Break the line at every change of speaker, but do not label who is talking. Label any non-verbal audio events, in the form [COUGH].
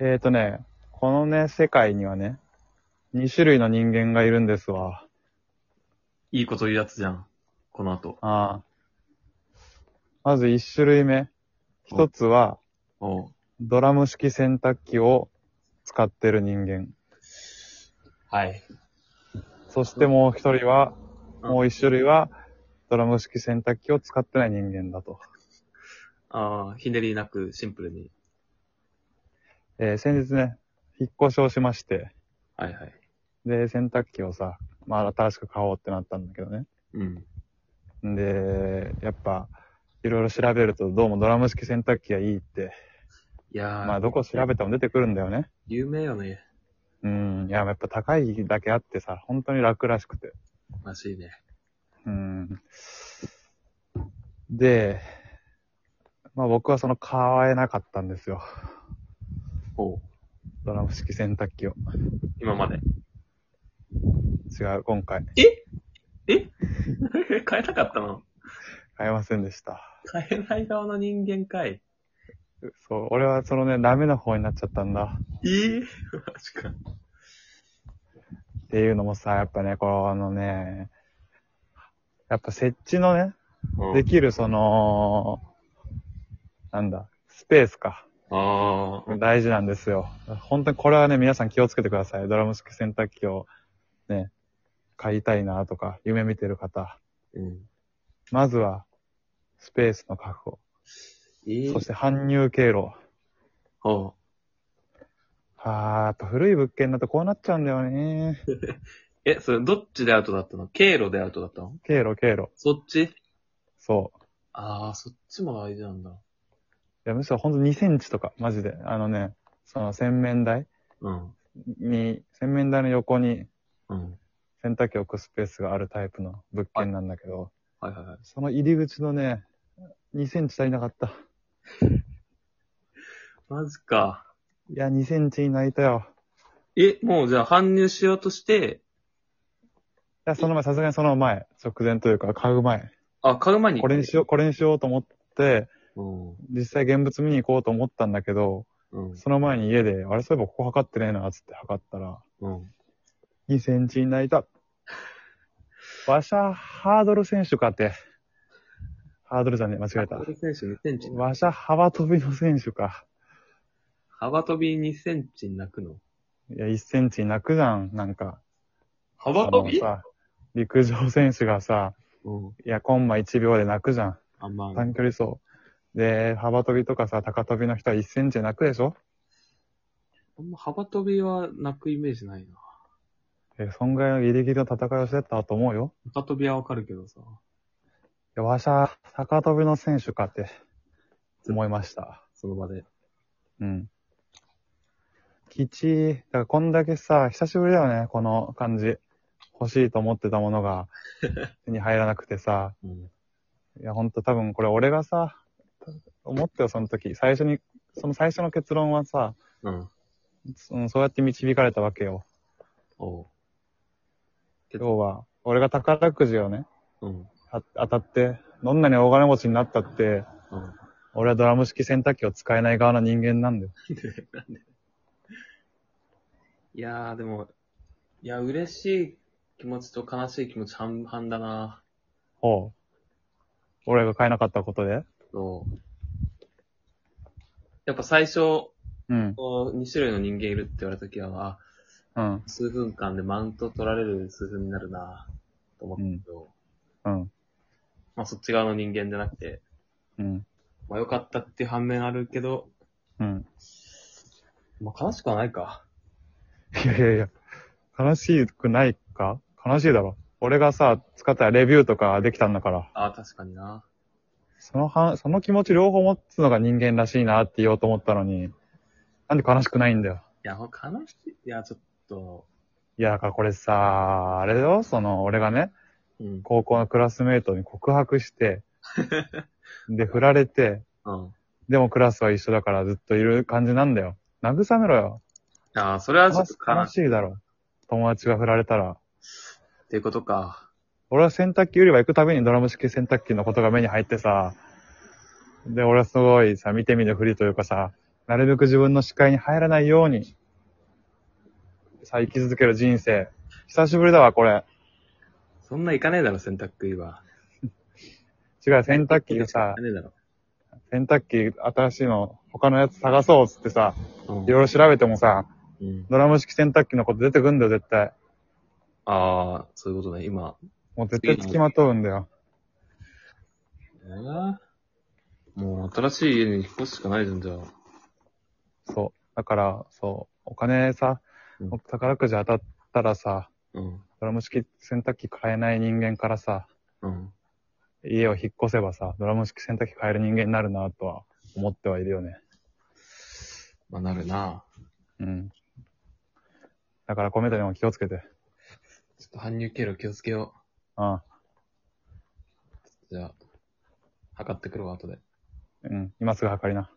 えーとね、このね、世界にはね、2種類の人間がいるんですわ。
いいこと言うやつじゃん。この後。
ああまず1種類目。
お
一つは、
おう
ドラム式洗濯機を使ってる人間。
はい。
そしてもう一人は、
うん
もう一種類は、ドラム式洗濯機を使ってない人間だと。
ああ、ひねりなくシンプルに。
えー先日ね、引っ越しをしまして、
はいはい。
で、洗濯機をさ、まあ新しく買おうってなったんだけどね。
うん。
んで、やっぱ、いろいろ調べると、どうもドラム式洗濯機がいいって、
いやー、
まあどこ調べても出てくるんだよね。
有名よね。
うん、いや、やっぱ高いだけあってさ、本当に楽らしくて。
らしいね。
うん。で、まあ僕はその買えなかったんですよ。
おう
ドラム式洗濯機を。
今まで。
違う、今回。
え [LAUGHS] 変えたかったの
買えませんでした。
変えない側の人間かい。
そう、俺はそのね、ダメな方になっちゃったんだ。
えー、マジか。
っていうのもさ、やっぱね、このね、やっぱ設置のね、
うん
できるその、なんだ、スペースか。
ああ、
大事なんですよ。本当にこれはね、皆さん気をつけてください。ドラム式洗濯機をね、買いたいなとか、夢見てる方。
うん。
まずは、スペースの確保。
えー、
そして搬入経路。
おう
はあ、やっぱ古い物件だとこうなっちゃうんだよね。
え、それどっちでアウトだったの経路でアウトだったの
経路、経路。
そっち
そう。
ああ、そっちも大事なんだ。
いや、むしろほんと2センチとか、マジで。あのね、その洗面台
うん。
に、洗面台の横に
うん。
洗濯機を置くスペースがあるタイプの物件なんだけど、
はいはいはい。
その入り口のね、2センチ足りなかった。
マジか。
いや、2センチに泣いたよ。
え、もうじゃあ搬入しようとして、
いや、その前、さすがにその前、直前というか、買う前。
あ、買う前に。
これにしよう、これにしようと思って、
う。
実際現物見に行こうと思ったんだけど、
うん。うん。
その前に家で、あれ、そういえばここ測ってねえな、つって測ったら、
うん。
2センチに泣いた。わしゃ、ハードル選手かって。ハードルじゃねえ、間違えた
高。田選手2センチ。
わしゃ、幅跳びの選手か。
幅跳び2センチに泣くの。
いや、1センチに泣くじゃん、なんか。
幅跳び
あのさ、陸上選手がさ、
うん。
いや、コンマ1秒で泣くじゃん。
あんまあ、
短距離走。で、幅跳びとかさ、高跳びの人は1センチ泣くでしょ
あんま幅跳びは泣くイメージないな。
え、そんぐらいのギリギリの戦いをしてたと思うよ。
幅跳びはわかるけどさ。
いや、わしゃ、高跳びの選手かって、思いました。
その場で。
うん。きちー。だからこんだけさ、久しぶりだよね、この感じ。欲しいと思ってたものが、手に入らなくてさ。
うん。
いや、ほんと多分これ俺がさ、思ったよ、その時。最初に、その最初の結論はさ、
うん。
そのそうやって導かれたわけよ。
おう。
要は、俺が宝くじをね、
うん。
あ当たって、どんなに大金持ちになったって、
うん。
俺はドラム式洗濯機を使えない側の人間なんだよ。
いやー、でも、いや、嬉しい気持ちと悲しい気持ち半々だな。
ほう。俺が買えなかったことで
そう。やっぱ最初、
うん。
こう、2種類の人間いるって言われた時は、あ
うん。
数分間でマウント取られる数分になるなぁと思ったけど、
うん。
まあそっち側の人間じゃなくて、
うん。
まあ良かったっていう反面あるけど、
うん。
まあ悲しくはないか。
いやいやいや、悲しくないか悲しいだろ。俺がさ、使ったレビューとかできたんだから、
ああ、確かにな
そのは、その気持ち両方持つのが人間らしいなって言おうと思ったのに、なんで悲しくないんだよ。
いや、ほんと悲しい。いや、ちょっと、
いや、だからこれさ、あれよ、その、俺がね、
うん。
高校のクラスメイトに告白して、 [LAUGHS] で、振られて、
うん。
でもクラスは一緒だからずっといる感じなんだよ。慰めろよ。
ああ、それはちょ
悲
っ
し
と
悲
悲しい
しいだろ。友達が振られたら。
っていうことか。
俺は洗濯機売り場行くたびにドラム式洗濯機のことが目に入ってさ、で、俺はすごいさ、見て見ぬふりというかさ、なるべく自分の視界に入らないように、さあ生き続ける人生。久しぶりだわ、これ。
そんないかねえだろ、洗濯機は。
違う、洗濯機が
い
さ
か、ねえだろ。
洗濯機新しいの、他のやつ探そうっつってさ、
うん
いろいろ調べてもさ、
うん、
ドラム式洗濯機のこと出てくんだよ、絶対。
ああ、そういうことね、今。
もう絶対付きまとうんだよ。
えーもう新しい家に引っ越すしかないじゃん、じゃあ。
そう。だから、そう、お金さ
うん、
僕宝くじ当たったらさ、
うん。
ドラム式洗濯機買えない人間からさ、
うん。
家を引っ越せばさ、ドラム式洗濯機買える人間になるなとは思ってはいるよね。
まあ、なるな。
うん。だから、コメントにも気をつけて。
ちょっと搬入経路気をつけよ
ああ
う。じゃあ、測ってくるわ、後で。
うん。今すぐ測りな。